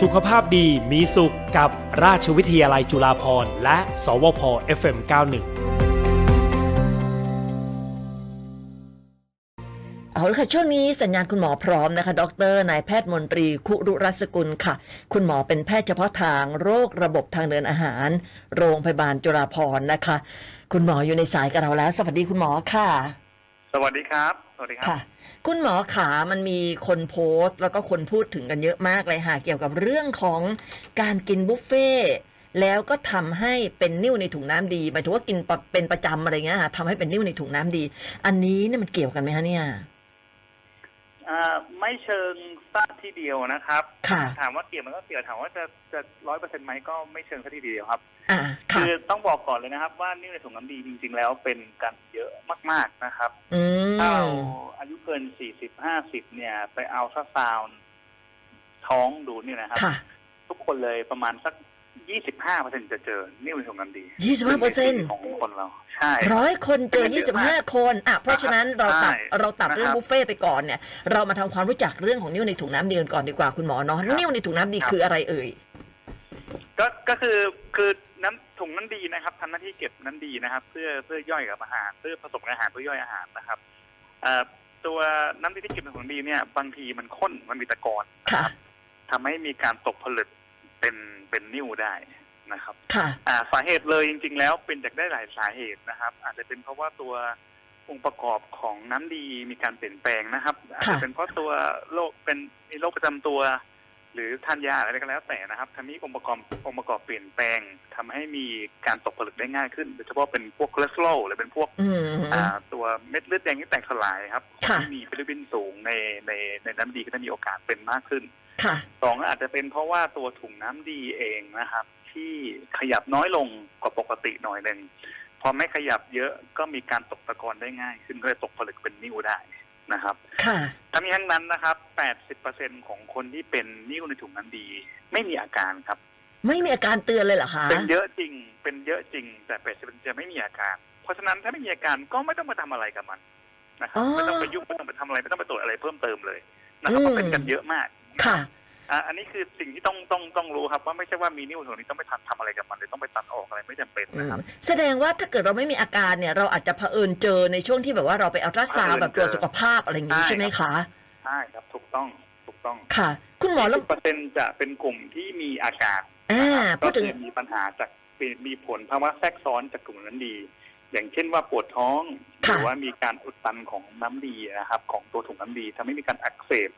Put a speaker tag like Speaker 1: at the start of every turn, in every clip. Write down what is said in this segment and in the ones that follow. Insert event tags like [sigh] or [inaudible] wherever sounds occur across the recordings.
Speaker 1: สุขภาพดีมีสุขกับราชวิทยาลัยจุฬาภรณ์และ สวพ .FM91
Speaker 2: เอาละค่ะ ช่วงนี้สัญญาณคุณหมอพร้อมนะคะ ดรนายแพทย์มนตรีคุรุรัสกุลค่ะ คุณหมอเป็นแพทย์เฉพาะทางโรคระบบทางเดินอาหาร โรงพยาบาลจุฬาภรณ์นะคะ คุณหมออยู่ในสายกับเราแล้ว สวัสดีคุณหมอค่ะ
Speaker 3: สวัสดีครับ สวัสดีครับ
Speaker 2: ค่ะ คุณหมอขามันมีคนโพสต์แล้วก็คนพูดถึงกันเยอะมากเลยค่ะเกี่ยวกับเรื่องของการกินบุฟเฟ่ต์แล้วก็ทำให้เป็นนิ่วในถุงน้ำดีหมายถึงว่ากินปะเป็นประจำอะไรเงี้ยค่ะทำให้เป็นนิ่วในถุงน้ำดี อันนี้เนี่ยมันเกี่ยวกันไหมคะเนี่ย
Speaker 3: อ่า ไม่เชิงทราบทีเดียวนะครับ
Speaker 2: ค่ะ
Speaker 3: ถามว่าเกี่ยวมันก็เกี่ยว ถามว่าจะจะร้อยเปอร์เซ็นต์ไหมก็ไม่เชิงซะทีเดียวครับ
Speaker 2: อ่าค่ะ
Speaker 3: คือต้องบอกก่อนเลยนะครับ ว่านิ่วในถุงน้ำดีจริง ๆ แล้วเป็นกันเยอะมาก ๆนะครับ
Speaker 2: อืม
Speaker 3: ถ้าเราอายุเกินสี่สิบห้าสิบเนี่ย ไปเอาซาซาวน์ท้องดูเนี่ยนะครับ
Speaker 2: ค่ะ
Speaker 3: ทุกคนเลยประมาณสักยี่สิบห้าเปอร์เซ็นจะเจอนิ่วในถุงน้ำดี
Speaker 2: 25%
Speaker 3: ของคนเรา ใช่
Speaker 2: ร้อยคนเจอ
Speaker 3: เป็นเยอะมาก
Speaker 2: 25 คนอ่ะเพราะฉะนั้นเราตัด
Speaker 3: ใช่
Speaker 2: เราตัดเรื่อง
Speaker 3: นะครับ
Speaker 2: บุฟเฟ่ต์ไปก่อนเนี่ย เรามาทำความรู้จักเรื่องของนิ้วในถุงน้ำดีกันก่อนดีกว่าคุณหมอเนาะ
Speaker 3: ครับ
Speaker 2: นิ้วในถุงน้ำดีคืออะไรเอ่ย
Speaker 3: ก็ก็คือคือน้ำถุงน้ำดีนะครับทำหน้าที่เก็บน้ำดีนะครับ เพื่อเพื่อย่อยกับอาหาร เพื่อผสมกับอาหารเพื่อย่อยอาหารนะครับเอ่อตัวน้ำดีที่เก็บในถุงน้ำดีเนี่ย บางทีมันข้นมันมีตะกอน
Speaker 2: ค่ะ
Speaker 3: ทำให้มีการตกผลึกเป็นเป็นนิ่วได้นะครับ
Speaker 2: ค่ะ
Speaker 3: อ่าสาเหตุเลยจริง ๆ แล้วเป็นจากได้หลายสาเหตุนะครับ อาจจะเป็นเพราะว่าตัวองค์ประกอบของน้ำดีมีการเปลี่ยนแปลงนะครับอาจจะเป็นเพราะตัวโรคเป็นมีโรคประจำตัว หรือทานยาอะไรก็แล้วแต่นะครับทำให้องค์ประกอบองค์ประกอบเปลี่ยนแปลงทำให้มีการตกผลึกได้ง่ายขึ้นโดยเฉพาะเป็นพวกคอเลสเตอรอลหรือเป็นพวก
Speaker 2: อืม
Speaker 3: อ่าตัวเม็ดเลือดแดงที่แตกสลายครับ
Speaker 2: ค่ะ
Speaker 3: ที่มีฟิลิปปินสูงในในในน้ำดีก็จะมีโอกาสเป็นมากขึ้น
Speaker 2: ค่ะ
Speaker 3: สองอาจจะเป็นเพราะว่าตัวถุงน้ำดีเองนะครับ ที่ขยับน้อยลงกว่าปกติหน่อยหนึ่งพอไม่ขยับเยอะก็มีการตกตะกอนได้ง่าย ขึ้นก็เลยตกผลึกเป็นนิ้วได้นะครับ
Speaker 2: ค่ะ
Speaker 3: ทั้งนี้ทั้งนั้นนะครับ 80%ของคนที่เป็นนิ้วในถุงน้ำดี ไม่มีอาการครับ
Speaker 2: ไม่มีอาการเตือนเลยเหรอคะ
Speaker 3: เป็นเยอะจริง เป็นเยอะจริง แต่80%จะไม่มีอาการ เพราะฉะนั้นถ้าไม่มีอาการก็ไม่ต้องมาทำอะไรกับมันนะครับไม่ต้องไปยุ่งไม่ต้องไปทำอะไรไม่ต้องไปตรวจอะไรเพิ่มเติมเลยนะครับเพราะเป็นกันเยอะมาก
Speaker 2: ค่ะ
Speaker 3: อ่ะอันนี้คือสิ่งที่ต้องต้องต้องรู้ครับ ว่าไม่ใช่ว่ามีนิ้วส่วนนี้ต้องไปทำทำอะไรกับมันหรือต้องไปตัดออกอะไรไม่จำเป็นนะครับ
Speaker 2: แสดงว่าถ้าเกิดเราไม่มีอาการเนี่ย เราอาจจะเผอิญเจอในช่วงที่แบบว่าเราไปอัลตราซาวด์แบบตรวจสุขภาพอะไรอย่างนี้
Speaker 3: ใช่
Speaker 2: ใช่ไหมคะ
Speaker 3: ใช่ครับถูกต้องถูกต้อง
Speaker 2: ค่ะ คุณหมอแล้ว
Speaker 3: สิบเปอร์เซ็นจะเป็นกลุ่มที่มีอาการ
Speaker 2: อ่า
Speaker 3: นะครับ
Speaker 2: พูดถึง
Speaker 3: ก็คือมีปัญหาจากมีมีผลภาวะแทรกซ้อนจากกลุ่มนั้นดี อย่างเช่นว่าปวดท้องห
Speaker 2: ค่ะ
Speaker 3: รือว่ามีการอุดตันของน้ำดีนะครับ ของตัวถุงน้ำดีทำให้มีการอักเสบ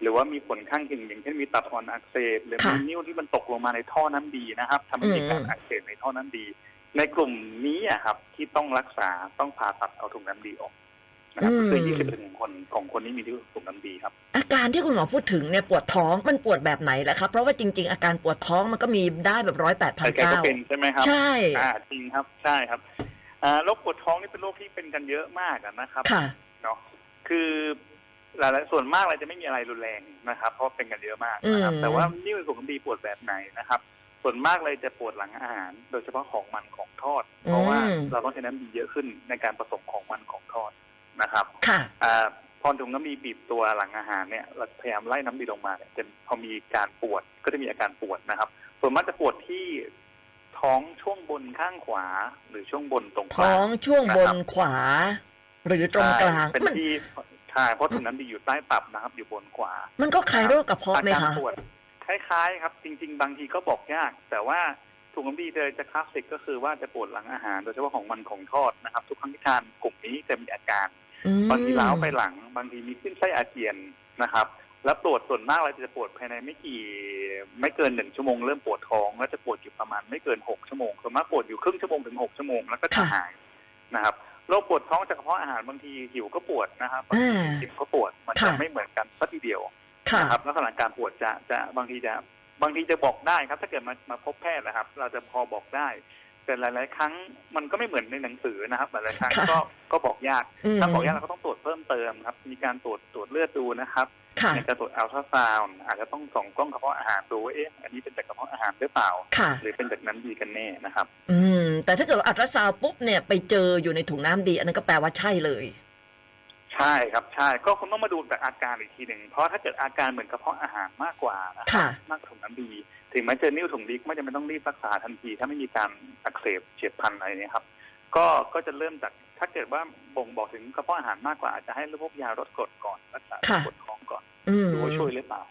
Speaker 3: หรือว่ามีผลข้างเคียงอย่างเช่นมีตับอ่อนอักเสบหรือมีนิ้วที่มันตกลงมาในท่อน้ำดีนะครับทำให้มีการอักเสบในท่อน้ำดี ในกลุ่มนี้อะครับ ที่ต้องรักษาต้องผ่าตัดเอาถุงน้ำดีออกนะครับ
Speaker 2: อืม
Speaker 3: ก็คือ20ถึงคนของคนที่มีที่ถุงน้ำดีครับ
Speaker 2: อาการที่คุณหมอพูดถึงเนี่ยปวดท้องมันปวดแบบไหนล่ะครับเพราะว่าจริง ๆ อาการปวดท้องมันก็มีได้แบบร้อยแปดพัน
Speaker 3: ใครๆ
Speaker 2: เก้า
Speaker 3: ก็เป็นใช่ไหมครับ
Speaker 2: ใช่
Speaker 3: อ่าจริงครับใช่ครับอ่าโรคปวดท้องนี่เป็นโรคที่เป็นกันเยอะมากอะนะครับ
Speaker 2: ค่ะ
Speaker 3: เนาะคือหลายๆส่วนมากเราจะไม่มีอะไรรุนแรงนะครับ เพราะเป็นกันเยอะมากนะครับ
Speaker 2: อืม
Speaker 3: แต่ว่านี่เป็นกลุ่มของดีปวดแบบไหนนะครับ ส่วนมากเลยจะปวดหลังอาหาร โดยเฉพาะของมันของทอด เพราะว่าเราต้องใช้น้ำดีเยอะขึ้นในการผสมของมันของทอดนะครับ
Speaker 2: ค่ะ
Speaker 3: อาพอถุงน้ำดีบีบตัวหลังอาหารเนี่ยเราพยายามไล่น้ำดีลงมาเนี่ยจะพอมีการปวดก็จะมีอาการปวดนะครับส่วนมากจะปวดที่ท้องช่วงบนข้างขวาหรือช่วงบนตรงกลา
Speaker 2: ท้อง
Speaker 3: ง
Speaker 2: ช่วงบน
Speaker 3: นะครับ
Speaker 2: ขวา หรือตรงกลาง
Speaker 3: ใช่เป็น
Speaker 2: มัน
Speaker 3: ที่ใช่เพราะถุงน้ำดีอยู่ใต้ตับนะครับ อยู่บนขวา
Speaker 2: มันก็คลายโรคกระเพาะ
Speaker 3: อา
Speaker 2: ไหม
Speaker 3: การ
Speaker 2: คะ
Speaker 3: ปวดคล้ายๆ ครับ จริง ๆ บางทีก็บอกยาก แต่ว่าถุงน้ำดีเธอจะคลาสสิกก็คือว่าจะปวดหลังอาหาร โดยเฉพาะของมันของทอดนะครับ ทุกครั้งที่ทานกลุ่มนี้จะมีอาการ
Speaker 2: อืม
Speaker 3: บางทีล้าวไปหลัง บางทีมีขึ้นไส้อาเจียนนะครับ แล้วปวดส่วนมากเราจะปวดภายในไม่กี่ไม่เกินหนึ่งชั่วโมงเริ่มปวดท้องแล้วจะปวดอยู่ประมาณไม่เกินหกชั่วโมงส่วนมากปวดอยู่ครึ่งชั่วโมงถึงหกชั่วโมงแล้วก็จะหายนะครับโรคปวดท้องจากกระเพาะอาหารบางทีหิวก็ปวดนะครับบาง
Speaker 2: อ่า
Speaker 3: ทีกินก็ปวดมันจะ
Speaker 2: ค่ะ
Speaker 3: ไม่เหมือนกันสักทีเดียว
Speaker 2: ค่ะ
Speaker 3: นะครับลักษณะการปวดจะจะบางทีจะบางทีจะบอกได้ครับ ถ้าเกิดมามาพบแพทย์นะครับ เราจะพอบอกได้ แต่หลาย ๆ ครั้งมันก็ไม่เหมือนในหนังสือนะครับหลายๆครั้ง
Speaker 2: ค่ะ
Speaker 3: ก็ก็บอกยาก
Speaker 2: ม
Speaker 3: ถ้าบอกยากเราก็ต้องตรวจเพิ่มเติมครับ มีการตรวจตรวจเลือดดูนะครับ
Speaker 2: ค่ะ
Speaker 3: มีการตรวจอัลตราซาวน์อาจจะต้องส่องกล้องกระเพาะอาหารดูว่าเอ๊ะ อันนี้เป็นจากกระเพาะอาหารหรือเปล่า
Speaker 2: ค่ะ
Speaker 3: หรือเป็นจากน้ำดีกันแน่นะครับ
Speaker 2: อืม แต่ถ้าเกิดว่าอัลตราซาวด์ปุ๊บเนี่ยไปเจออยู่ในถุงน้ำดี อันนั้นก็แปลว่าใช่เลย
Speaker 3: ใ ใช่ครับใช่ก็คงต้องมาดูจากอาการอีกทีหนึ่งเพราะถ้าเกิดอาการเหมือนกระเพาะอาหารมากกว่านะ
Speaker 2: ค่ะ
Speaker 3: มากกว่าถุงน้ำดี ถึงแม้เจอนิ่วถุงดีก็ไม่จำเป็นต้องรีบรักษาทันที ถ้าไม่มีการอักเสบเฉียบพลันอะไรเนี่ยครับ ก็ก็จะเริ่มจากถ้าเกิดว่าบ่งบอกถึงกระเพาะอาหารมากกว่าอาจจะให้พวกยาลดกรดก่อนรักษา
Speaker 2: ค่ะ
Speaker 3: กรดท้องก่อน
Speaker 2: อืม
Speaker 3: ดูว่าช่วยหรือเปล่า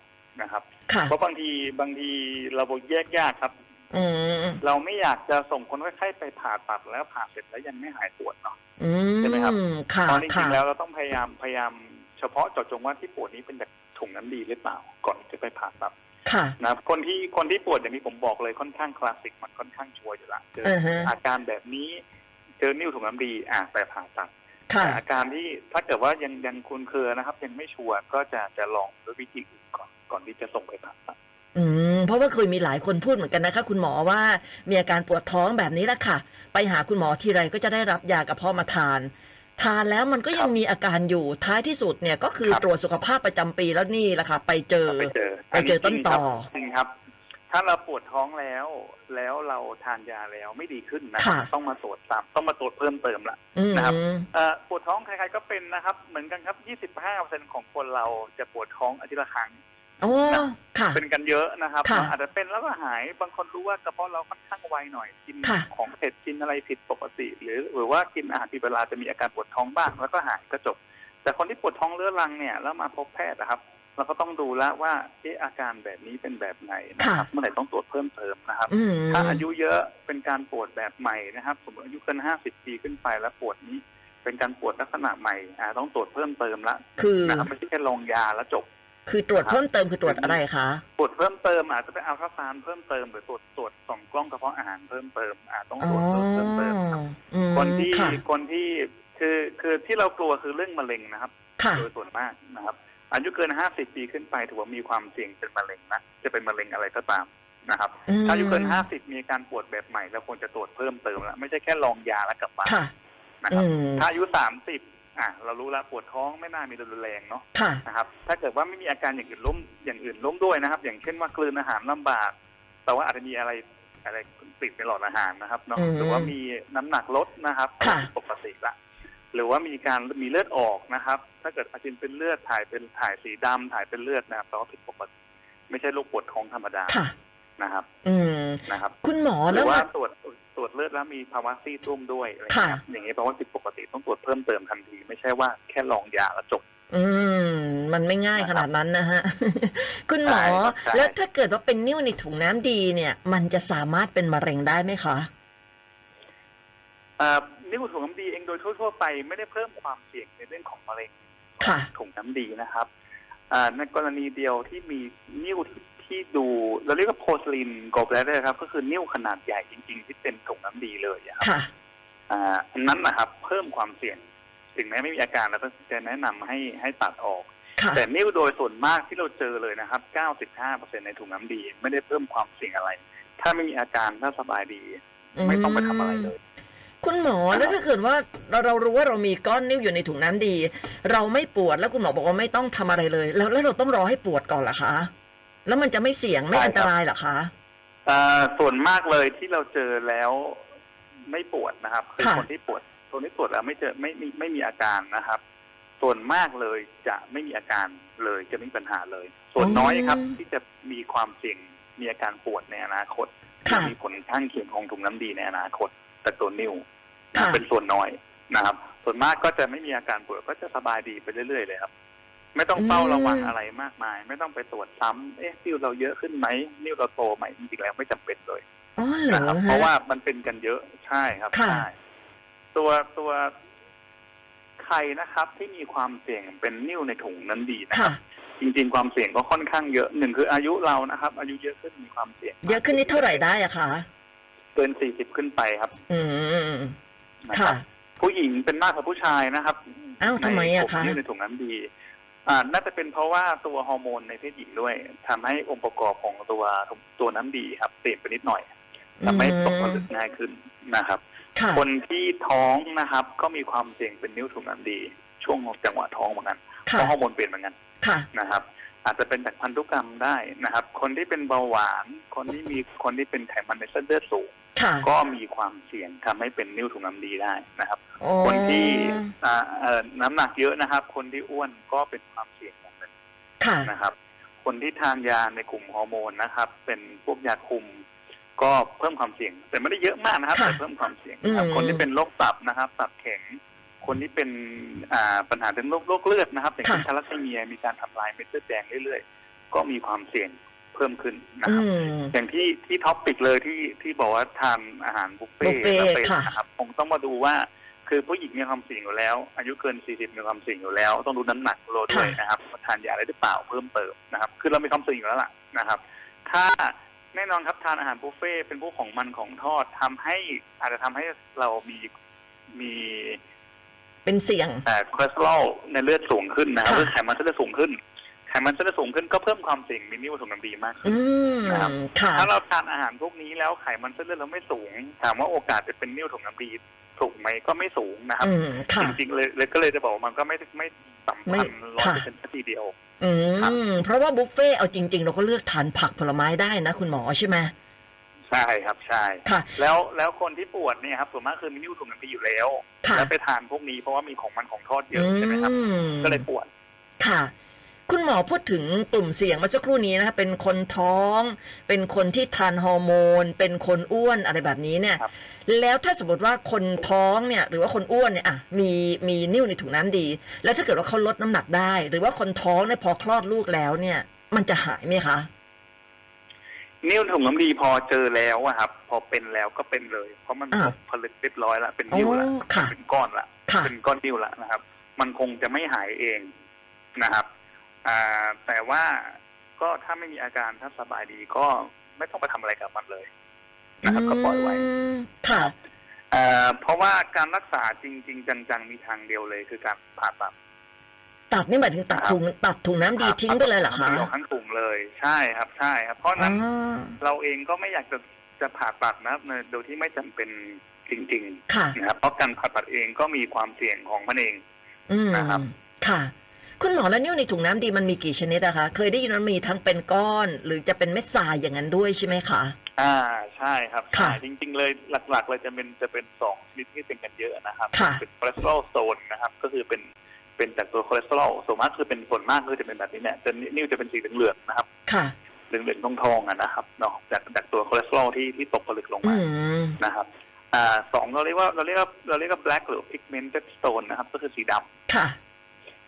Speaker 3: นะครับ
Speaker 2: ค่ะ
Speaker 3: เพราะบางทีบางทีเราบอกแยกยากครับ
Speaker 2: อืม
Speaker 3: เราไม่อยากจะส่งคนไข้ไปผ่าตัดแล้วผ่าเสร็จแล้วยังไม่หายปวดเนาะ
Speaker 2: อืม
Speaker 3: ใช่ไหมครับ
Speaker 2: ค่ะ
Speaker 3: เพราะจริ
Speaker 2: ค่ะ
Speaker 3: งๆแล้วเราต้องพยายามพยายามเฉพาะเจาะจงว่าที่ปวดนี้เป็นจากถุงน้ำดีหรือเปล่า ก่อนจะไปผ่าตัด
Speaker 2: ค่ะ
Speaker 3: นะครับคนที่คนที่ปวดอย่างนี้ผมบอกเลยค่อนข้างคลาสสิกมันค่อนข้างชัวร์อยู่ละเจอ
Speaker 2: เออฮะ
Speaker 3: อาการแบบนี้เจอนิ้วถุงน้ำดีอ่ะไปผ่าตัด
Speaker 2: ค่ะ
Speaker 3: แต่อาการที่ถ้าเกิดว่ายังยังคุ้นเคยนะครับ ยังไม่ชัวร์ก็จะจะลองด้วยวิธีอื่นก่อนก่อนที่จะส่งไปผ่าตัด
Speaker 2: อืมเพราะว่าเคยมีหลายคนพูดเหมือนกันนะคะ คุณหมอว่ามีอาการปวดท้องแบบนี้แหละค่ะ ไปหาคุณหมอทีไรก็จะได้รับยากระเพาะมาทาน ทานแล้วมันก็ยั
Speaker 3: ค
Speaker 2: ง
Speaker 3: รับ
Speaker 2: มีอาการอยู่ท้ายที่สุดเนี่ยก็คือ
Speaker 3: ครับ
Speaker 2: ตรวจสุขภาพประจำปีแล้วนี่แหละค่ะ ไปเจอ
Speaker 3: ไปเจอ
Speaker 2: ไปเจอต้นต่อ
Speaker 3: จริงครับ ถ้าเราปวดท้องแล้ว แล้วเราทานยาแล้วไม่ดีขึ้นนะ
Speaker 2: ค่ะ
Speaker 3: ต้องมาตรวจซ้ำต้องมาตรวจเพิ่มเติมละ
Speaker 2: อืม
Speaker 3: นะครับ เอ่อปวดท้องใครๆก็เป็นนะครับ เหมือนกันครับ 25%ของคนเราจะปวดท้องอาทิตย์ละครั้ง
Speaker 2: โอ้ค่ะ
Speaker 3: เป็นกันเยอะนะครับ
Speaker 2: ค่ะ
Speaker 3: อาจจะเป็นแล้วก็หาย บางคนรู้ว่ากระเพาะเราค่อนข้างไวหน่อยกิน
Speaker 2: ค่ะ
Speaker 3: ของเผ็ดกินอะไรผิดปกติ หรือหรือว่ากินอาหารผิดเวลาจะมีอาการปวดท้องบ้างแล้วก็หายก็จบ แต่คนที่ปวดท้องเรื้อรังเนี่ยแล้วมาพบแพทย์นะครับ เราก็ต้องดูแล้วว่าเอ๊ะอาการแบบนี้เป็นแบบไหนนะครับเมื่อไหร่ต้องตรวจเพิ่มเติมนะครับ
Speaker 2: อืม
Speaker 3: ถ้าอายุเยอะเป็นการปวดแบบใหม่นะครับ สมมติอายุเกิน 50 ปีขึ้นไปแล้วปวดนี้ เป็นการปวดลักษณะใหม่อ่าต้องตรวจเพิ่มเติมละ
Speaker 2: คือ
Speaker 3: นะครับไม่ใช่แค่ลองยาแล้วจบ
Speaker 2: คือตรวจเพิ่มเติมคือตรวจอะไรคะ
Speaker 3: ตรวจเพิ่มเติมอาจจะไปเอาข้าวสารเพิ่มเติมหรือตรวจตรวจส่องกล้องกระเพาะอาหารเพิ่มเติมอาจต้อง
Speaker 2: อ๋อ
Speaker 3: ตรวจตรวจเพิ่มเติมครับ
Speaker 2: อืม
Speaker 3: คนที่
Speaker 2: ค่ะ
Speaker 3: คนที่คือคือที่เรากลัวคือเรื่องมะเร็งนะครับ
Speaker 2: ค่ะ
Speaker 3: โดยส่วนมากนะครับ อายุเกิน 50 ปีขึ้นไปถือว่ามีความเสี่ยงเป็นมะเร็งนะจะเป็นมะเร็งอะไรก็ตามนะครับ
Speaker 2: อืม
Speaker 3: ถ้าอายุเกิน 50 มีอาการปวดแบบใหม่เราควรจะตรวจเพิ่มเติมแล้วไม่ใช่แค่ลองยาแล้วกลับบ้าน
Speaker 2: ค่ะ
Speaker 3: นะ
Speaker 2: อื
Speaker 3: ครับ
Speaker 2: ม
Speaker 3: ถ้าอายุ 30 อ่ะเรารู้แล้วปวดท้องไม่น่ามีรุนแรงเนาะ
Speaker 2: ค่ะ
Speaker 3: นะครับ ถ้าเกิดว่าไม่มีอาการอย่างอื่นร่วมอย่างอื่นร่วมด้วยนะครับ อย่างเช่นว่ากลืนอาหารลำบาก แต่ว่าอาจจะมีอะไรอะไรติดในหลอดอาหารนะครับเนาะ
Speaker 2: อืม
Speaker 3: หรือว่ามีน้ำหนักลดนะครับ
Speaker 2: ค่ะ
Speaker 3: ปกติละ หรือว่ามีการมีเลือดออกนะครับ ถ้าเกิดอาเจียนเป็นเลือดถ่ายเป็นถ่ายสีดำถ่ายเป็นเลือดนะครับแต่ว่าผิดปกติไม่ใช่โรคปวดท้องธรรมดา
Speaker 2: ค่ะ
Speaker 3: นะครับ
Speaker 2: อืม
Speaker 3: นะครับ
Speaker 2: คุณหมอ
Speaker 3: ห
Speaker 2: แล้
Speaker 3: รื
Speaker 2: ว
Speaker 3: อว่า
Speaker 2: มัน
Speaker 3: ตรวจตรวจเลือดแล้วมีภาวะซีดร่วมด้วยอะไรอย่างเงี้ยครับ
Speaker 2: ค่ะ
Speaker 3: อย่างเงี้ยแปลว่าผิดปกติต้องตรวจเพิ่มเติมทันที ไม่ใช่ว่าแค่ลองยาแล้วจบ
Speaker 2: อืม มันไม่ง่ายขนาดนั้นนะฮะ [laughs] คุณหมอ
Speaker 3: ใช่ครับใช่
Speaker 2: แล้วถ้าเกิดว่าเป็นนิ่วในถุงน้ำดีเนี่ย มันจะสามารถเป็นมะเร็งได้ไหมคะ
Speaker 3: เอ่อนิ้วถุงน้ำดีเองโดยทั่วๆไปไม่ได้เพิ่มความเสี่ยงในเรื่องของมะเร็ง
Speaker 2: ค่ะ
Speaker 3: ถุงน้ำดีนะครับอ่าในกรณีเดียวที่มีนิ้วที่ที่ดูเราเรียกว่าโพสลินกอบแลดนะครับ ก็คือนิ้วขนาดใหญ่จริง ๆ ที่เป็นถุงน้ำดีเลยอะครับ
Speaker 2: ค่ะ
Speaker 3: อ่าอันนั้นนะครับเพิ่มความเสี่ยงถึงแม้ไม่มีอาการเราก็จะแนะนำให้ให้ตัดออก
Speaker 2: ค่ะ
Speaker 3: แต่นิ้วโดยส่วนมากที่เราเจอเลยนะครับ 95%ในถุงน้ำดี ไม่ได้เพิ่มความเสี่ยงอะไร ถ้าไม่มีอาการถ้าสบายดี ไม่ต้องไปทำอะไรเลย
Speaker 2: คุณหมอแล้วถ้าเกิดว่าเราเรารู้ว่าเรามีก้อนนิ่วอยู่ในถุงน้ำดี เราไม่ปวดแล้วคุณหมอบอกว่าไม่ต้องทำอะไรเลย แล้วแล้วเราต้องรอให้ปวดก่อนเหรอคะ แล้วมันจะไม่เสี่ยงไม่
Speaker 3: ใช่ครับ
Speaker 2: อันตรายเหรอคะ
Speaker 3: อ่าส่วนมากเลยที่เราเจอแล้วไม่ปวดนะครับคือ
Speaker 2: ค่ะ
Speaker 3: คนที่ปวดคนที่ปวดแล้วไม่เจอไม่มีไม่มีอาการนะครับ ส่วนมากเลยจะไม่มีอาการเลยจะไม่มีปัญหาเลย ส่วนน้อยครับ ที่จะมีความเสี่ยงมีอาการปวดในอนาคต
Speaker 2: ค่ะ
Speaker 3: มีผลข้างเคียงของถุงน้ำดีในอนาคตแต่ตัวนิ้วนะ
Speaker 2: ค่ะ
Speaker 3: เป็นส่วนน้อยนะครับ ส่วนมากก็จะไม่มีอาการปวดก็จะสบายดีไปเรื่อยๆเลยครับ ไม่ต้องเฝ้าระวังอะไรมากมาย ไม่ต้องไปตรวจซ้ำเอ๊ะนิ้วเราเยอะขึ้นไหมนิ้วเราโตไหมจริงๆแล้วไม่จำเป็นเลย
Speaker 2: อ๋อเหร
Speaker 3: นะครั
Speaker 2: อบ ฮ
Speaker 3: เพราะว่ามันเป็นกันเยอะใช่ครับ
Speaker 2: ค่ะ
Speaker 3: ใช่ตัวตัวใครนะครับ ที่มีความเสี่ยงเป็นนิ้วในถุงน้ำดีนะค
Speaker 2: ค่ะ
Speaker 3: รับจริง ๆ ความเสี่ยงก็ค่อนข้างเยอะหนึ่งคืออายุเรานะครับ อายุเยอะขึ้นมีความเสี่ยงมาก
Speaker 2: เยอะขึ้นนี่เท่าไหร่ได้อะคะ
Speaker 3: เกิน 40 ขึ้นไปครับ
Speaker 2: อืม
Speaker 3: นะค
Speaker 2: ค่ะ
Speaker 3: รับ ผู้หญิงเป็นมากกว่าผู้ชายนะครับ
Speaker 2: อ้าวทำไมอะคะ
Speaker 3: ในถุงนิ้วในถุงน้ำดี อ่า น่าจะเป็นเพราะว่าตัวฮอร์โมนในเพศหญิงด้วยทำให้องค์ประกอบของตัวตัวน้ำดีครับเปลี่ยนไปนิดหน่อยทำให้ตกผลึกง่ายขึ้นนะครับ
Speaker 2: ค่ะ
Speaker 3: คนที่ท้องนะครับ ก็มีความเสี่ยงเป็นนิ้วถุงน้ำดี ช่วงจังหวะท้องเหมือนกันเพ
Speaker 2: ค่ะ
Speaker 3: ราะฮอร์โมนเปลี่ยนเหมือนกัน
Speaker 2: ค่ะ
Speaker 3: นะครับ อาจจะเป็นจากพันธุกรรมได้นะครับ คนที่เป็นเบาหวาน คนที่มีคนที่เป็นไขมันในเส้นเลือดสูง
Speaker 2: ค่ะ
Speaker 3: ก็มีความเสี่ยงทำให้เป็นนิ้วถุงน้ำดีได้นะครับ
Speaker 2: อ๋อ
Speaker 3: คนที่อ่าเอ่อน้ำหนักเยอะนะครับ คนที่อ้วนก็เป็นความเสี่ยงอย่างหนึ่ง
Speaker 2: ค่ะ
Speaker 3: นะครับ คนที่ทานยาในกลุ่มฮอร์โมนนะครับ เป็นพวกยาคุม ก็เพิ่มความเสี่ยง แต่ไม่ได้เยอะมากนะครับ
Speaker 2: ค่ะ
Speaker 3: แต่เพิ่มความเสี่ยงนะครับ
Speaker 2: อืม
Speaker 3: คนที่เป็นโรคตับนะครับตับแข็ง คนที่เป็นอ่าปัญหาเรื่องโรคโรคเลือดนะครับอย่างเช่นทารัสซีเมียมีการทำลายเม็ดเลือดแดงเรื่อยๆ ก็มีความเสี่ยงเพิ่มขึ้นนะ
Speaker 2: อื
Speaker 3: ครับ
Speaker 2: ม
Speaker 3: อย่างที่ที่ท็อปปิกเลยที่ที่บอกว่าทานอาหารบุฟเฟ่
Speaker 2: บุฟเฟ่ต์
Speaker 3: แล้วเป็น
Speaker 2: ค่ะ
Speaker 3: นะครับคงต้องมาดูว่า คือผู้หญิงมีความเสี่ยงอยู่แล้ว อายุเกิน 40 มีความเสี่ยงอยู่แล้ว ต้องดูน้ำหนักโลด้วยนะครับทานยาอะไรหรือเปล่าเพิ่มเติมนะครับ คือเรามีความเสี่ยงอยู่แล้วล่ะนะครับ ถ้าแน่นอนครับทานอาหารบุฟเฟ่ต์เป็นพวกของมันของทอดทำให้อาจจะทำให้เรามีมี
Speaker 2: เป็นเสี่ยง
Speaker 3: แต่คอเลสเตอรอลในเลือดสูงขึ้นนะครับ
Speaker 2: ค่ะ
Speaker 3: คือไขมันเส้นเลือดสูงขึ้นไขมันเส้นเลือดสูงขึ้นก็เพิ่มความเสี่ยงมีนิ่วถุงน้ำดีมากขึ้น
Speaker 2: อืม
Speaker 3: นะครับ
Speaker 2: ค่ะ
Speaker 3: ถ้าเราทานอาหารพวกนี้แล้วไขมันเส้นเลือดเราไม่สูง ถามว่าโอกาสจะเป็นนิ่วถุงน้ำดีสูงไหมก็ไม่สูงนะครับ
Speaker 2: อืมค่ะ
Speaker 3: จริงๆเลยเลยก็เลยจะบอกว่ามันก็ไม่ไม่สัมพันธ์
Speaker 2: ไม่
Speaker 3: ร้อย
Speaker 2: ค่ะ
Speaker 3: เปอร์เซ็นต์ทีเดียว
Speaker 2: อื
Speaker 3: ครับ
Speaker 2: มเพราะว่าบุฟเฟ่ต์เอาจริง ๆ เราก็เลือกทานผักผลไม้ได้นะ คุณหมอใช่ไหม
Speaker 3: ใช่ครับใช่
Speaker 2: ค่ะ
Speaker 3: แล้วแล้วคนที่ปวดเนี่ยครับส่วนมากคือมีนิ่วถุงน้ำดีอยู่แล้ว
Speaker 2: ค่ะ
Speaker 3: แล้วไปทานพวกนี้เพราะว่ามีของมันของทอดเย
Speaker 2: อื
Speaker 3: อะใช่ไหมครับ
Speaker 2: ม
Speaker 3: ก็เลยปวด
Speaker 2: ค่ะ คุณหมอพูดถึงกลุ่มเสี่ยงเมื่อสักครู่นี้นะคะเป็นคนท้อง เป็นคนที่ทานฮอร์โมน เป็นคนอ้วนอะไรแบบนี้เนี่ย
Speaker 3: ครับ
Speaker 2: แล้วถ้าสมมติว่าคนท้องเนี่ย หรือว่าคนอ้วนเนี่ยอ่ะมีมีนิ่วในถุงน้ำดี แล้วถ้าเกิดว่าเขาลดน้ำหนักได้ หรือว่าคนท้องเนี่ยพอคลอดลูกแล้วเนี่ย มันจะหายไหมคะ
Speaker 3: นิ้วถุงน้ำดีพอเจอแล้วอะครับ พอเป็นแล้วก็เป็นเลย เพราะมัน
Speaker 2: อ้าว
Speaker 3: ผลึกเรียบร้อยละเป็นนิ้วละ
Speaker 2: อ๋อค่ะ
Speaker 3: เป็นก้อนละ
Speaker 2: ค่ะ
Speaker 3: เป็นก้อนนิ้วละนะครับ มันคงจะไม่หายเองนะครับอ่าแต่ว่าก็ถ้าไม่มีอาการถ้าสบายดีก็ไม่ต้องไปทำอะไรกับมันเลยนะครับ ก็ปล่อยไว้
Speaker 2: มค่ะ
Speaker 3: เอ่อเพราะว่าการรักษาจริง ๆ จัง ๆ มีทางเดียวเลยคือการผ่าตัด
Speaker 2: ตัดนี่หมายถึงตัด
Speaker 3: ครับ
Speaker 2: ถุงตัดถุงน้ำดีทิ้งไปเลยเหรอคะ
Speaker 3: เดียวทั้งถุงเลย ใช่ครับ ใช่ครับ เพราะฉะ
Speaker 2: อ๋
Speaker 3: นั้น
Speaker 2: อ
Speaker 3: เราเองก็ไม่อยากจะจะผ่าตัดนะครับในโดยที่ไม่จำเป็นจริง
Speaker 2: ค่ะ
Speaker 3: ๆ นะครับ เพราะการผ่าตัดเองก็มีความเสี่ยงของมันเอง
Speaker 2: อืม
Speaker 3: นะครับ
Speaker 2: ค่ะ คุณหมอแล้วนิ้วในถุงน้ำดีมันมีกี่ชนิดอะคะ เคยได้ยินมันมีทั้งเป็นก้อน หรือจะเป็นเม็ดทรายอย่างนั้นด้วยใช่ไหมคะ
Speaker 3: อ่าใช่ครับ
Speaker 2: ค่ะ
Speaker 3: ใช่จริง ๆ เลยหลัก ๆ เลยจะเป็นจะเป็นสองชนิดที่เป็นกันเยอะนะครับ
Speaker 2: ค่ะ
Speaker 3: เป็นคอเลสเตอรอลโซนนะครับ ก็คือเป็นเป็นจากตัวคอเลสเตอรอลส่วนมากคือเป็นส่วนมากคือจะเป็นแบบนี้แหละจะนิ่วจะเป็นสีเหลืองๆนะครับ
Speaker 2: ค่ะ
Speaker 3: เหลืองๆทองๆอะนะครับเนาะจากจากตัวคอเลสเตอรอลที่ที่ตกผลึกลง
Speaker 2: อื
Speaker 3: มา
Speaker 2: ม
Speaker 3: นะครับอ่าสองเราเรียกว่าเราเรียกว่าเราเรียกว่า black หรือ pigmented stone นะครับ ก็คือสีดำ
Speaker 2: ค่ะ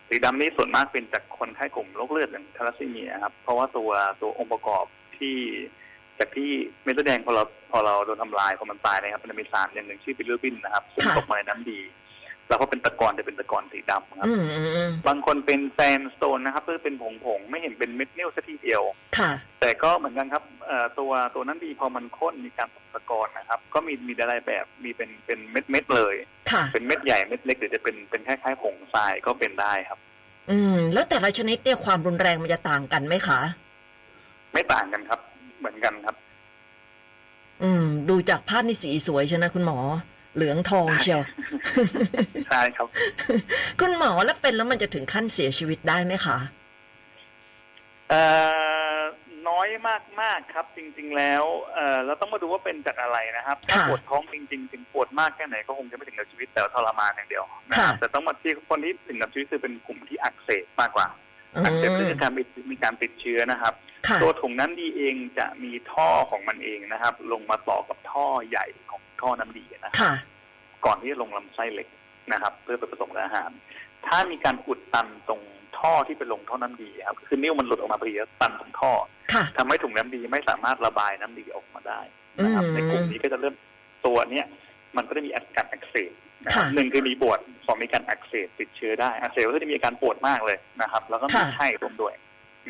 Speaker 3: สีดำนี่ส่วนมากเป็นจากคนไข้กลุ่มโรคเลือดอย่างทารัสซีเมียครับ เพราะว่าตัวตัวองค์ประกอบที่จากที่เม็ดเลือดแดงพอเราพอเราโดนทำลายพอมันตายนะครับมันจะมีสารอย่างหนึ่งชื่อบิลิบินนะครับซึ่ง
Speaker 2: ค่ะ
Speaker 3: ตกมาในน้ำดี แล้วพอเป็นตะกอนจะเป็นตะกอนสีดำครับ
Speaker 2: อืมอืมอืม
Speaker 3: บางคนเป็นแซนสโตนนะครับก็คือเป็นผงผงๆไม่เห็นเป็นเม็ดนิ่วสักทีเดียว
Speaker 2: ค่ะ
Speaker 3: แต่ก็เหมือนกันครับเอ่อตัวตัวนั้นดีพอมันข้นมีการตกตะกอนนะครับ ก็มีมีหลายแบบมีเป็นเป็นเม็ดเม็ดๆเลย
Speaker 2: ค่ะ
Speaker 3: เป็นเม็ดใหญ่เม็ดเล็กหรือจะเป็นเป็นคล้ายๆผงทรายก็เป็นได้ครับ
Speaker 2: อืม แล้วแต่ละชนิดเนี่ยความรุนแรงมันจะต่างกันไหมคะ
Speaker 3: ไม่ต่างกันครับ เหมือนกัน [laughs] ครับ
Speaker 2: อืม ดูจากภาพนี่สีสวยใช่ไหมคุณหมอ เหลืองทองเชียว
Speaker 3: ใช่ครับ
Speaker 2: คุณหมอแล้วเป็นแล้วมันจะถึงขั้นเสียชีวิตได้ไหมคะ
Speaker 3: เอ่อน้อยมากๆครับจริง ๆ แล้วเอ่อเราต้องมาดูว่าเป็นจากอะไรนะครับ ถ้า
Speaker 2: ค่ะ
Speaker 3: ปวดท้องจริง ๆ ถึงปวดมากแค่ไหนก็คงจะไม่ถึงกับชีวิตแต่ว่าทรมานอย่างเดียวนะครั
Speaker 2: ค่ะ
Speaker 3: บแต่ต้องมาที่คนที่ถึงกับชีวิตคือเป็นกลุ่มที่อักเสบมากกว่า
Speaker 2: อื
Speaker 3: อักเสบ
Speaker 2: ม
Speaker 3: ซึ่งจะทำให้มีการติดเชื้อนะครับ
Speaker 2: ค่ะ
Speaker 3: ตัวถุงน้ำดีเองจะมีท่อของมันเองนะครับ ลงมาต่อกับท่อใหญ่ของท่อน้ำดีนะครับ
Speaker 2: ค่ะ
Speaker 3: ก่อนที่จะลงลำไส้เล็กนะครับ เพื่อไปผสมกับอาหาร ถ้ามีการอุดตันตรงท่อที่ไปลงท่อน้ำดีครับคือนิ้วมันหลุดออกมาพอดีแล้วตันตรงท่อ
Speaker 2: ค่ะ
Speaker 3: ทำให้ถุงน้ำดีไม่สามารถระบายน้ำดีออกมาได้นะครับ
Speaker 2: อืม
Speaker 3: ในกลุ่มนี้ก็จะเริ่มตัวเนี้ยมันก็จะมีอาการอักเสบนะครับ
Speaker 2: ค่ะ
Speaker 3: หนึ่งคือมีปวดสองมีการอักเสบติดเชื้อได้อักเสบก็จะมีอาการปวดมากเลยนะครับ แล้วก็มี
Speaker 2: ค่ะ
Speaker 3: ไข้รวมด้วย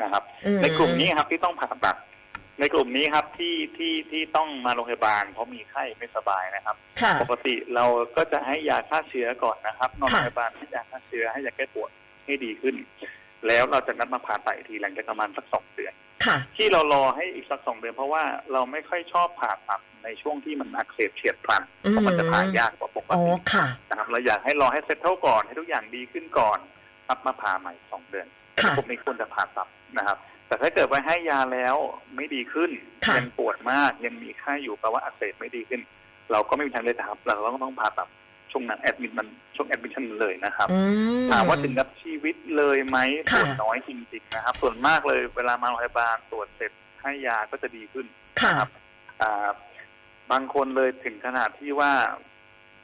Speaker 3: นะครับ
Speaker 2: อืม
Speaker 3: ในกลุ่มนี้ครับที่ต้องผ่าตัด ในกลุ่มนี้ครับที่ที่ที่ต้องมาโรงพยาบาลเพราะมีไข้ไม่สบายนะครับ
Speaker 2: ค่ะ
Speaker 3: ปกติเราก็จะให้ยาฆ่าเชื้อก่อนนะครับ นอนโร
Speaker 2: ค่ะ
Speaker 3: งพยาบาลให้ยาฆ่าเชื้อให้ยาแก้ปวดให้ดีขึ้น แล้วเราจะนัดมาผ่าตัดอีกทีหลังจากประมาณสักสองเดือน
Speaker 2: ค่ะ
Speaker 3: ที่เรารอให้อีกสักสองเดือนเพราะว่าเราไม่ค่อยชอบผ่าตัดในช่วงที่มันอักเสบเฉียบพลันเพราะมันจะผ่ายากกว่าปก
Speaker 2: อ๋อ
Speaker 3: ติ
Speaker 2: ค่ะ
Speaker 3: นะครับเราอยากให้รอให้เซ็ตเท่าก่อนให้ทุกอย่างดีขึ้นก่อนครับมาผ่าใหม่สองเดือน แต่
Speaker 2: ค่ะ
Speaker 3: ผมไม่ควรจะผ่าตัดนะครับ แต่ถ้าเกิดว่าให้ยาแล้วไม่ดีขึ้น
Speaker 2: ค่ะ
Speaker 3: ยัปวดมากยังมีไข้อยู่แปลว่าอักเสบไม่ดีขึ้น เราก็ไม่มีทางเลยนะครับ เราก็ต้องผ่าตัดช่วงนั้นแอดมิดมันช่วงแอดมิชันเลยนะครับ
Speaker 2: อืม
Speaker 3: ถามว่าถึงกับชีวิตเลยไหม
Speaker 2: ค่ะ
Speaker 3: ส่วนน้อยจริงๆนะครับ ส่วนมากเลยเวลามาโรงพยาบาลตรวจเสร็จให้ยาก็จะดีขึ้น
Speaker 2: ค่ะ
Speaker 3: ครับ อ่าบางคนเลยถึงขนาดที่ว่า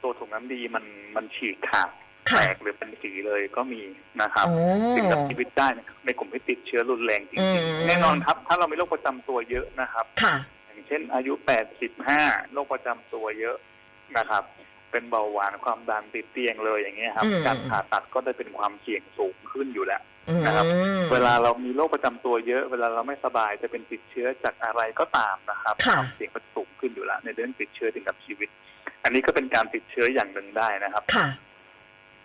Speaker 3: ตัวถุงน้ำดีมันมันฉีกขาดแต
Speaker 2: ค่ะ
Speaker 3: กหรือเป็นสีเลยก็มีนะครับ
Speaker 2: โอ้
Speaker 3: ถึงกับชีวิตได้นะครับในกลุ่มที่ติดเชื้อรุนแรงจ
Speaker 2: อื
Speaker 3: ริง
Speaker 2: ม
Speaker 3: ๆแน่นอนครับ ถ้าเรามีโรคประจำตัวเยอะนะครับ
Speaker 2: ค่ะ
Speaker 3: อย่างเช่น อายุ 85 โรคประจำตัวเยอะนะครับ เป็นเบาหวานความดันติดเตียงเลยอย่างเงี้ยครับ
Speaker 2: อืม
Speaker 3: การผ่าตัดก็จะเป็นความเสี่ยงสูงขึ้นอยู่แล้ว
Speaker 2: อืม
Speaker 3: นะครับ เวลาเรามีโรคประจำตัวเยอะ เวลาเราไม่สบายจะเป็นติดเชื้อจากอะไรก็ตามนะครับ
Speaker 2: ค่ะ
Speaker 3: วามเสี่ยงมันสูงขึ้นอยู่แล้วในเรื่องติดเชื้อถึงกับชีวิต อันนี้ก็เป็นการติดเชื้ออย่างหนึ่งได้นะครับ
Speaker 2: ค่ะ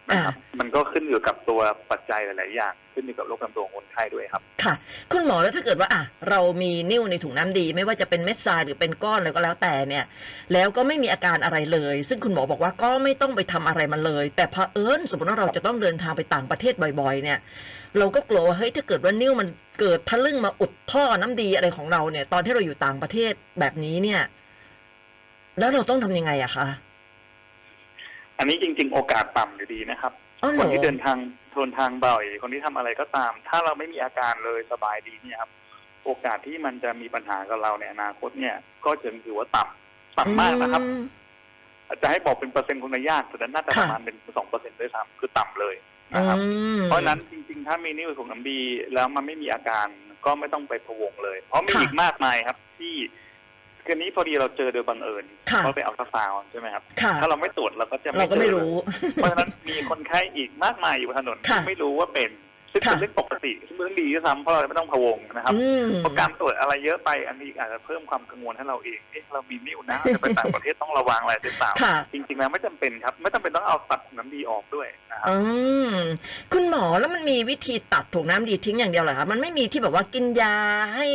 Speaker 3: นะครับ มันก็ขึ้นอยู่กับตัวปัจจัยหลาย ๆ อย่าง ขึ้นอยู่กับโรคประจำตัวของคนไข้ด้วยครับ
Speaker 2: ค่ะ คุณหมอแล้วถ้าเกิดว่าอ่ะเรามีนิ่วในถุงน้ำดี ไม่ว่าจะเป็นเม็ดทรายหรือเป็นก้อนอะไรก็แล้วแต่เนี่ย แล้วก็ไม่มีอาการอะไรเลย ซึ่งคุณหมอบอกว่าก็ไม่ต้องไปทำอะไรมันเลย แต่เผอิญสมมติว่าเราจะต้องเดินทางไปต่างประเทศบ่อยๆ เนี่ย เราก็กลัวว่าเฮ้ยถ้าเกิดว่านิ่วมันเกิดทะลึ่งมาอุดท่อน้ำดีอะไรของเราเนี่ย ตอนที่เราอยู่ต่างประเทศแบบนี้เนี่ย แล้วเราต้องทำยังไงอะคะ
Speaker 3: อันนี้จริง ๆ โอกาสต่ำอยู่ดีนะครับ
Speaker 2: อ๋อเห
Speaker 3: ค
Speaker 2: ร
Speaker 3: น
Speaker 2: อ
Speaker 3: ที่เดินทางทนทางบ่อยคนที่ทำอะไรก็ตาม ถ้าเราไม่มีอาการเลยสบายดีเนี่ยครับ โอกาสที่มันจะมีปัญหากับเราในอนาคตเนี่ย ก็จะถือว่าต่ำต่ำมากนะครับ
Speaker 2: อืม
Speaker 3: อาจจะให้บอกเป็นเปอร์เซ็นต์คงจะยากแต่น่าจะ
Speaker 2: ค่ะ
Speaker 3: ประมาณเป็นสองเปอร์เซ็นต์ด้วยซ้ำคือต่ำเลยนะครับ
Speaker 2: อืม
Speaker 3: เพราะฉะนั้นจริงๆ ถ้ามีนิ้วของน้ำดีแล้วมันไม่มีอาการก็ไม่ต้องไปพะวงเลย เพราะมี
Speaker 2: ค่ะ
Speaker 3: อีกมากมายครับ ที่คืนนี้พอดีเราเจอโดยบังเอิญ
Speaker 2: ค่ะ
Speaker 3: เพราะไปเอาทาซาวน์ใช่ไหมครับ
Speaker 2: ค่ะ
Speaker 3: ถ้าเราไม่ตรวจเราก็จะ
Speaker 2: เราก็ไม่
Speaker 3: จอลย
Speaker 2: รู้
Speaker 3: เพราะฉะนั้นมีคนไข้อีกมากมายอยู่บนถนน
Speaker 2: ค่ะ
Speaker 3: ที่ไม่รู้ว่าเป็น ซึ่งเป็น
Speaker 2: ค่ะ
Speaker 3: เรื่องปกติซึ่งเป็นเรื่องดีด้วยซ้ำเพราะเราไม่ต้องพะวงนะครับ
Speaker 2: อืม
Speaker 3: เพราะการตรวจอะไรเยอะไปอันนี้อาจจะเพิ่มความกังวลให้เราเองเอ๊ะเรามีนิ่ว
Speaker 2: [laughs]
Speaker 3: นะจะไปต่างประเทศต้องระวังอะไรหรือเปล่า
Speaker 2: ค่ะ
Speaker 3: จริงๆแล้วไม่จำเป็นครับ ไม่จำเป็นต้องเอาตัดน้ำดีออกด้วยนะครับ
Speaker 2: อืมคุณหมอแล้วมันมีวิธีตัดถุงน้ำดีทิ้งอย่างเดียวเหรอคะมันไม่มีที่แบบว่ากินยาให้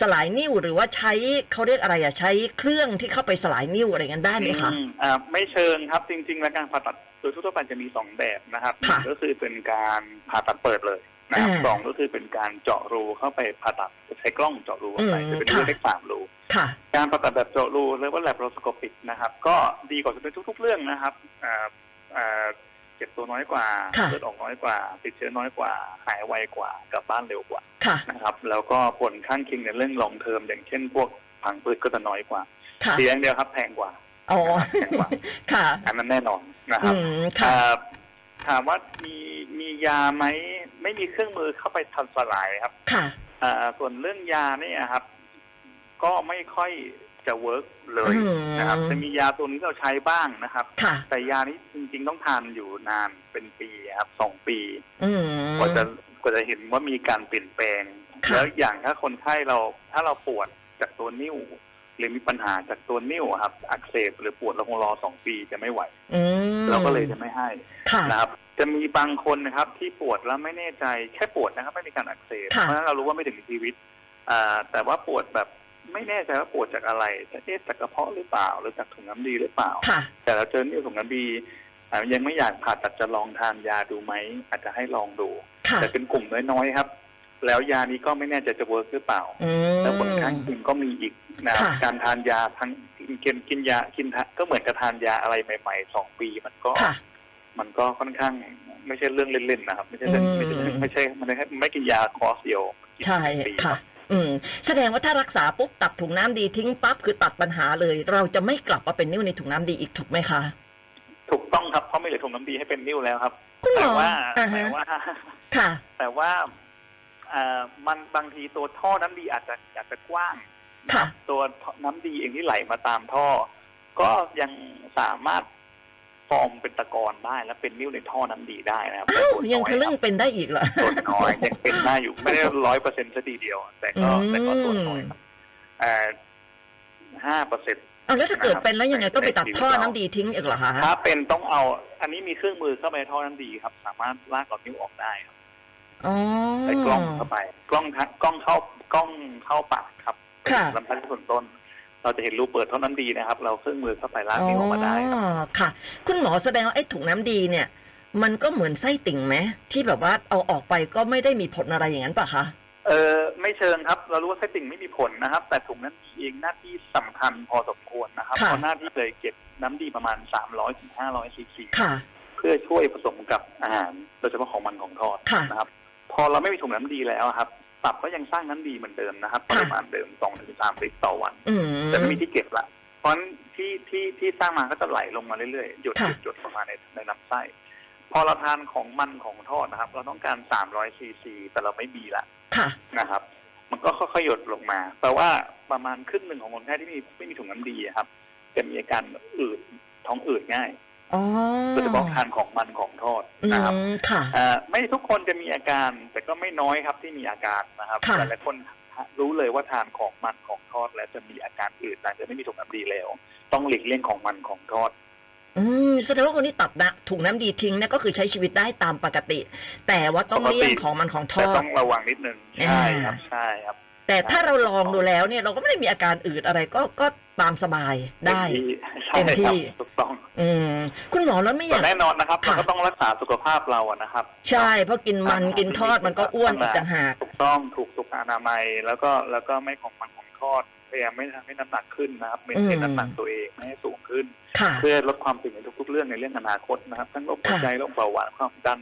Speaker 2: สลายนิ่วหรือว่าใช้เขาเรียกอะไรอะใช้เครื่องที่เข้าไปสลายนิ่วอะไรกันได้ไหมคะ
Speaker 3: อืมอ่าไม่เชิงครับจริงๆ แล้วการผ่าตัดโดยทั่วๆไปจะมีสองแบบนะครับ
Speaker 2: ค่ะ
Speaker 3: ก็คือเป็นการผ่าตัดเปิดเลยนะครับ
Speaker 2: อ่า
Speaker 3: สองก็คือเป็นการเจาะรูเข้าไปผ่าตัดใช้กล้องเจาะรูเข้าไป
Speaker 2: อืม
Speaker 3: จะเป็นรู
Speaker 2: ค่ะ
Speaker 3: เล็กสามรู
Speaker 2: ค่ะ
Speaker 3: การผ่าตัดแบบเจาะรูเรียกว่า laparoscopic นะครับ ก็ดีกว่าในทุก ๆ เรื่องนะครับอ่าอ่าเจ็บตัวน้อยกว่า
Speaker 2: ค่ะ
Speaker 3: เลือดออกน้อยกว่า ติดเชื้อน้อยกว่า หายไวกว่ากลับบ้านเร็วกว่า
Speaker 2: ค่ะ
Speaker 3: นะครับ แล้วก็ผลข้างเคียงในเรื่องลองเทอมอย่างเช่นพวกผังผืดก็จะน้อยกว่า
Speaker 2: ค่ะ
Speaker 3: เสียอย่างเดียวครับแพงกว่า
Speaker 2: อ๋อ
Speaker 3: นะครับแพงกว่า
Speaker 2: [laughs] ค่ะ
Speaker 3: อันนั้นแน่นอนนะค
Speaker 2: อื
Speaker 3: รับ
Speaker 2: มค่ะ
Speaker 3: อ่าถามว่ามีมียาไหมไม่มีเครื่องมือเข้าไปทำสลายครับ
Speaker 2: ค่ะ
Speaker 3: อ่าส่วนเรื่องยาเนี่ยครับ ก็ไม่ค่อยจะเวิร์กเลย
Speaker 2: อืม
Speaker 3: นะครับ จะมียาตัวนี้เราใช้บ้างนะครับ
Speaker 2: ค่ะ
Speaker 3: แต่ยานี้จริงๆต้องทานอยู่นานเป็นปีครับสองปี
Speaker 2: อืม
Speaker 3: กว่าจะกว่าจะเห็นว่ามีการเปลี่ยนแปลง
Speaker 2: ค่ะ
Speaker 3: แล้วอย่างถ้าคนไข้เราถ้าเราปวดจากตัวนิ้ว หรือมีปัญหาจากตัวนิ้วครับ อักเสบหรือปวดเราคงรอสองปีจะไม่ไหว
Speaker 2: อืม
Speaker 3: เราก็เลยจะไม่ให้
Speaker 2: ค่ะ
Speaker 3: นะครับจะมีบางคนนะครับที่ปวดแล้วไม่แน่ใจแค่ปวดนะครับ ไม่มีการอักเสบ
Speaker 2: ค่ะ
Speaker 3: เพราะฉะนั้นเรารู้ว่าไม่ถึงชีวิตอ่าแต่ว่าปวดแบบไม่แน่ใจว่าปวดจากอะไรจะเอ๊ะจากกระเพาะหรือเปล่า หรือจากถุงน้ำดีหรือเปล่า
Speaker 2: ค่ะ
Speaker 3: แต่เราเจอนิ้วถุงน้ำดีอ่ายังไม่อยากผ่าตัดจะลองทานยาดูไหมอาจจะให้ลองดู
Speaker 2: ค่ะ
Speaker 3: แต่เป็นกลุ่มน้อยๆครับ แล้วยานี้ก็ไม่แน่ใจจะเวิร์กหรือเปล่า
Speaker 2: อืม
Speaker 3: แล้วผลข้างเคียงก็มีอีกนะครับ
Speaker 2: ค่ะ
Speaker 3: การทานยาทั้งกินกินยากินทะก็เหมือนกับทานยาอะไรใหม่ๆสองปีมันก็
Speaker 2: ค่ะ
Speaker 3: มันก็ค่อนข้างไม่ใช่เรื่องเล่นๆนะครับ ไม่ใช่เรื่อง
Speaker 2: อืม
Speaker 3: ไม่ใช่ไม่ใช่มันไม่ไม่กินยาคอร์สเดียวกิน
Speaker 2: ใช่
Speaker 3: เป็นปี
Speaker 2: ค่ะ อืม แสดงว่าถ้ารักษาปุ๊บตัดถุงน้ำดีทิ้งปั๊บคือตัดปัญหาเลย เราจะไม่กลับมาเป็นนิ่วในถุงน้ำดีอีกถูกไหมคะ
Speaker 3: ถูกต้องครับเพราะไม่เหลือถุงน้ำดีให้เป็นนิ้วแล้วครับ
Speaker 2: คุณหม
Speaker 3: แต่
Speaker 2: อ
Speaker 3: ว่า
Speaker 2: อ่า
Speaker 3: แต่
Speaker 2: ฮะ
Speaker 3: ว่า
Speaker 2: ค่ะ
Speaker 3: แต่ว่าเอ่อมันบางทีตัวท่อน้ำดีอาจจะอาจจะกว้าง
Speaker 2: ค่ะ
Speaker 3: ตัวน้ำดีเองที่ไหลมาตามท่อ ก็ยังสามารถฟอร์มเป็นตะกอนได้และเป็นนิ้วในท่อน้ำดีได้นะครับ
Speaker 2: อ้าว
Speaker 3: แต่
Speaker 2: ยัง
Speaker 3: ส่วนน้อ
Speaker 2: ทะลึ่ง
Speaker 3: ครับ
Speaker 2: เป็นได้อีกเหรอ
Speaker 3: ส่วนน้อยยังเป็นได้อยู่ไม่ได้ร้อยเปอร์เซ็นต์ซะทีเดียว แต่ก็แต่ก็ส่วนน้อยครับห้าเปอร์เซ็น
Speaker 2: เอาแล้วถ้าเกิดเป็นแล้วยังไงต้องไปตัดท่อน้ำดีทิ้งอีกเหรอคะ
Speaker 3: ถ้าเป็นต้องเอา อันนี้มีเครื่องมือเข้าไปในท่อน้ำดีครับ สามารถลากกับนิ้วออกได้ครับ
Speaker 2: อ๋อ
Speaker 3: ใส่กล้องเข้าไป กล้องทักกล้องเข้ากล้องเข้าปากครับ
Speaker 2: ค่ะ
Speaker 3: ลำพันส่วนต้น เราจะเห็นรูเปิดท่อน้ำดีนะครับ เราเครื่องมือเข้าไปลาก
Speaker 2: อ๋อ
Speaker 3: นิ้วออกมาได้ครับ
Speaker 2: ค่ะ คุณหมอแสดงว่าไอ้ถุงน้ำดีเนี่ย มันก็เหมือนไส้ติ่งไหมที่แบบว่าเอาออกไปก็ไม่ได้มีผลอะไรอย่างนั้นปะคะ
Speaker 3: เออไม่เชิงครับ เรารู้ว่าไส้ติ่งไม่มีผลนะครับ แต่ถุงน้ำดีเองหน้าที่สำคัญพอสมควรนะครับ
Speaker 2: ค่ะ
Speaker 3: เพราะหน้าที่เลยเก็บน้ำดีประมาณ 300ถึง500ซีซี
Speaker 2: ค่ะ
Speaker 3: เพื่อช่วยผสมกับอาหารโดยเฉพาะของมันของทอด
Speaker 2: ค่ะ
Speaker 3: นะครับ พอเราไม่มีถุงน้ำดีแล้วอะครับตับก็ยังสร้างน้ำดีเหมือนเดิมนะครับป
Speaker 2: ค่ะ
Speaker 3: ริมาณเดิมสองถึงสามลิตรต่อวัน
Speaker 2: อืม
Speaker 3: แต่ไม่มีที่เก็บละ เพราะฉะนั้นที่ที่ที่สร้างมาก็จะไหลลงมาเรื่อยๆ หยดหย
Speaker 2: ค่ะ
Speaker 3: ดหยดลงมาในในลำไส้ พอเราทานของมันของทอดนะครับ เราต้องการ 300ซีซีแต่เราไม่มีละ
Speaker 2: ค่ะ
Speaker 3: นะครับ มันก็ค่อยๆหยดลงมา แต่ว่าประมาณครึ่งหนึ่งของคนไข้ที่มีไม่มีถุงน้ำดีอะครับ จะมีอาการอืดท้องอืดง่าย
Speaker 2: อ๋อ
Speaker 3: โดยเฉพาะทานของมันของทอด
Speaker 2: อื
Speaker 3: นะครับ
Speaker 2: มค่ะ
Speaker 3: เอ่อไม่ทุกคนจะมีอาการ แต่ก็ไม่น้อยครับที่มีอาการนะครับ
Speaker 2: ค่ะ
Speaker 3: แต่หลายคนรู้เลยว่าทานของมันของทอด แล้วจะมีอาการอืดหลังจากไม่มีถุงน้ำดีแล้ว ต้องหลีกเลี่ยงของมันของทอด
Speaker 2: อืมแสดงว่าคนที่ตัดนะถุงน้ำดีทิ้งเนี่ยก็คือใช้ชีวิตได้ตามปกติ แต่ว่าต้อง
Speaker 3: ปกติ
Speaker 2: เลี่ยงของมันของท
Speaker 3: แต่
Speaker 2: อด
Speaker 3: ต้องระวังนิดนึง
Speaker 2: อ่า
Speaker 3: ใช่ครับใช่ครับ
Speaker 2: แต่ถ้าเราลองดูแล้วเนี่ยเราก็ไม่ได้มีอาการอืดอะไรก็ก็ตามสบายได้
Speaker 3: เต็ม
Speaker 2: เต็ม
Speaker 3: ที่
Speaker 2: ที่
Speaker 3: ใช่ครับถูกต้อง
Speaker 2: อืมคุณหมอแล้วไม่อ
Speaker 3: แต่
Speaker 2: ยาก
Speaker 3: แน่นอนนะครับ
Speaker 2: ค่ะ
Speaker 3: เราก็ต้องรักษาสุขภาพเราอะนะครับ
Speaker 2: ใช่เพราะกินมัน
Speaker 3: อาหาร
Speaker 2: กินทอดมันก็อ้วนอี
Speaker 3: ที่มี
Speaker 2: ก
Speaker 3: สาร
Speaker 2: ต่างหาก
Speaker 3: ถูกต้องถูกสุขอนามัยแล้วก็แล้วก็ไม่ของมันของทอดพยายามไม่ทำให้น้ำหนักขึ้นนะครับเมนเท
Speaker 2: อื
Speaker 3: น
Speaker 2: ม
Speaker 3: น้ำหนักตัวเองไม่ให้สูงขึ้น
Speaker 2: ค่ะ
Speaker 3: เพื่อลดความเสี่ยงในทุกๆ เรื่องในเรื่องอนาคตนะครับทั้งโรคหัวใจโรคเบาหวานความดัน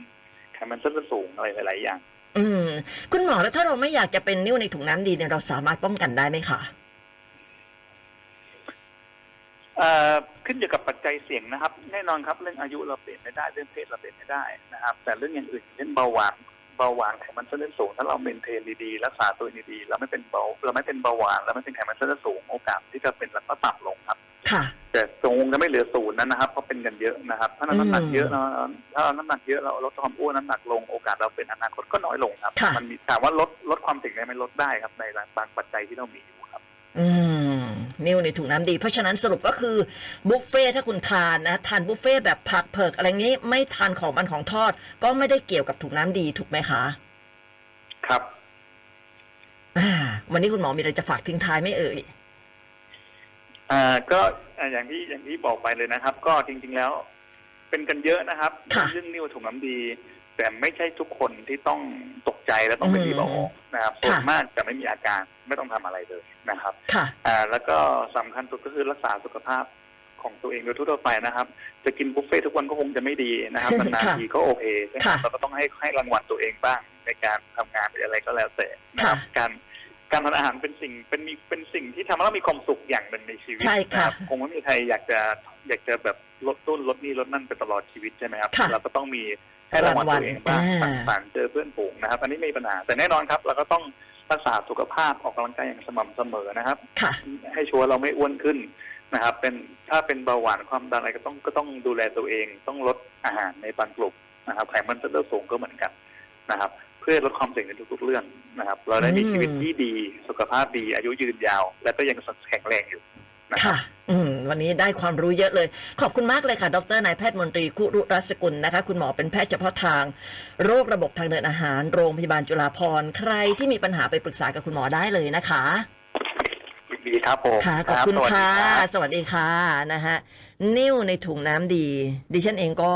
Speaker 3: ไขมันเส้นเลือดสูงอะไรหลายๆอย่าง
Speaker 2: อืม คุณหมอแล้วถ้าเราไม่อยากจะเป็นนิ่วในถุงน้ำดีเนี่ยเราสามารถป้องกันได้ไหมคะ
Speaker 3: เอ่อขึ้นอยู่กับปัจจัยเสี่ยงนะครับ แน่นอนครับเรื่องอายุเราเปลี่ยนไม่ได้เรื่องเพศเราเปลี่ยนไม่ได้นะครับ แต่เรื่องอย่างอื่นเช่นเบาหวานเบาหวานไขมันเส้นเลือดสูงถ้าเราเมนเทนดีๆรักษาตัวดีๆเราไม่เป็นเบาเราไม่เป็นเบาหวานเราไม่เป็นไขมันเส้นเลือดสูงโอกาสที่จะเป็นเราก็ต่ำลงครับ
Speaker 2: ค่ะ
Speaker 3: แต่ทรงจะไม่เหลือศูนย์นั้นนะครับเพราะเป็นกันเยอะนะครับ ถ้าเราน้ำหนักเยอะนะถ้าเราน้ำหนักเยอะเราลดความอ้วนน้ำหนักลงโอกาสเราเป็นอนาคตก็น้อยลงครับ
Speaker 2: ค่ะ
Speaker 3: มัมีถามว่าลดลดความเสี่ยงได้ไหมลดได้ครับในบางปัจจัยที่เรามีอยู่ครับ
Speaker 2: อืม นิ่วในถุงน้ำดี เพราะฉะนั้นสรุปก็คือบุฟเฟ่ต์ถ้าคุณทานนะ ทานบุฟเฟ่ต์แบบผักเผือกอะไรงี้ ไม่ทานของมันของทอด ก็ไม่ได้เกี่ยวกับถุงน้ำดีถูกไหมคะ
Speaker 3: ครับ
Speaker 2: อ่า วันนี้คุณหมอมีอะไรจะฝากทิ้งท้ายไหม่เอ่ย
Speaker 3: อ่าก็อ่าอย่างที่อย่างที่บอกไปเลยนะครับ ก็จริงๆแล้วเป็นกันเยอะนะครับ
Speaker 2: ค่ะ
Speaker 3: เรื่องนิ้วถุงน้ำดี แต่ไม่ใช่ทุกคนที่ต้องตกใจและต้องเป็นที่บอกนะครับส่วนมากจะไม่มีอาการไม่ต้องทำอะไรเลยนะครับ
Speaker 2: ค่ะ
Speaker 3: อ่าแล้วก็สำคัญสุดก็คือรักษาสุขภาพของตัวเองโดยทั่วๆไปนะครับ จะกินบุฟเฟ่ทุกวันก็คงจะไม่ดีนะครับ
Speaker 2: [laughs]
Speaker 3: นานๆทีก็โอเคใช่ไหมครับ
Speaker 2: ค่ะ
Speaker 3: เราก็ต้องให้ให้รางวัลตัวเองบ้างในการทำงานหรืออะไรก็แล้วแต่นะครับ
Speaker 2: ค่ะ
Speaker 3: การการทานอาหารเป็นสิ่งเป็นมีเป็นสิ่งที่ทำให้เรามีความสุขอย่างหนึ่งในชีวิต
Speaker 2: ใช่
Speaker 3: นะ
Speaker 2: ค่ะ
Speaker 3: ครับคงไม่มีใครอยากจะอยากจะแบบลดต้นลดนี่ลดนั่นไปตลอดชีวิตใช่ไหมครับ
Speaker 2: ค่ะ
Speaker 3: เราก็ต้องมีให้รางวัลตัวเองบ้าง
Speaker 2: รางวัลอ่า
Speaker 3: สังสรรค์เจอเพื่อนฝูงนะครับ อันนี้ไม่มีปัญหาแต่แน่นอนครับ เราก็ต้องรักษาสุขภาพออกกำลังกายอย่างสม่ำเสมอนะครับ
Speaker 2: ค่ะ
Speaker 3: ให้ชัวร์เราไม่อ้วนขึ้นนะครับ เป็นถ้าเป็นเบาหวานความดันอะไรก็ต้องก็ต้องดูแลตัวเอง ต้องลดอาหารในบางกลุ่มนะครับไขมันเส้นเลือดสูงก็เหมือนกันนะครับ เพื่อลดความเสี่ยงในทุกๆเรื่องนะครับ เราได้มี
Speaker 2: อืม
Speaker 3: ชีวิตที่ดีสุขภาพดีอายุยืนยาว และก็ยังแข็งแรงอยู่นะครับ
Speaker 2: ค่ะ อืม วันนี้ได้ความรู้เยอะเลย ขอบคุณมากเลยค่ะ ดรนายแพทย์มนตรีคุรุรัสกุลนะคะ คุณหมอเป็นแพทย์เฉพาะทาง โรคระบบทางเดินอาหาร โรงพยาบาลจุฬาภรณ์ ใครที่มีปัญหาไปปรึกษากับคุณหมอได้เลยนะคะ
Speaker 3: ยินดีครับผม
Speaker 2: ค่ะ ขอบคุณ
Speaker 3: รับสวัสดี
Speaker 2: ค่ะ
Speaker 3: รับ
Speaker 2: สวัสดีค่ะนะฮะ นิ้วในถุงน้ำดี ดิฉันเองก็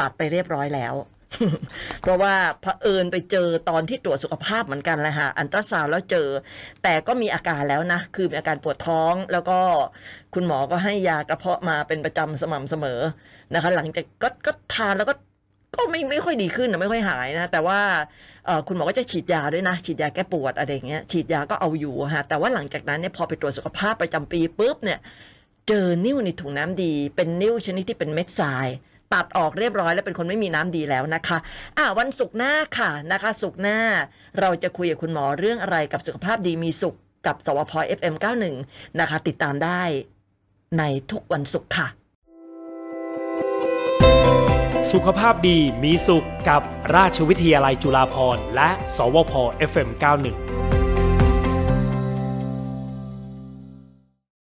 Speaker 2: ตัดไปเรียบร้อยแล้ว [laughs] เพราะว่าเผอิญไปเจอตอนที่ตรวจสุขภาพเหมือนกันแหละค่ะ อันตราซาวด์แล้วเจอ แต่ก็มีอาการแล้วนะ คือมีอาการปวดท้องแล้วก็คุณหมอก็ให้ยากระเพาะมาเป็นประจำสม่ำเสมอนะคะ หลังจากก็ก็ทานแล้วก็ก็ไม่ไม่ค่อยดีขึ้นนะไม่ค่อยหายนะ แต่ว่าเอ่อคุณหมอก็จะฉีดยาด้วยนะ ฉีดยาแก้ปวดอะไรอย่างเงี้ยฉีดยาก็เอาอยู่อะฮะแต่ว่าหลังจากนั้นเนี่ยพอไปตรวจสุขภาพประจำปีปุ๊บเนี่ย เจอนิ่วในถุงน้ำดี เป็นนิ่วชนิดที่เป็นเม็ดทราย ตัดออกเรียบร้อยแล้วเป็นคนไม่มีน้ำดีแล้วนะคะ อ่าวันศุกร์หน้าค่ะนะคะ ศุกร์หน้า เราจะคุยกับคุณหมอเรื่องอะไรกับสุขภาพดีมีสุขกับสวพ FM91 นะคะ ติดตามได้ในทุกวันศุกร์ค่ะ
Speaker 1: สุขภาพดีมีสุขกับราชวิทยาลัยจุฬาภรณ์และ สวพ FM91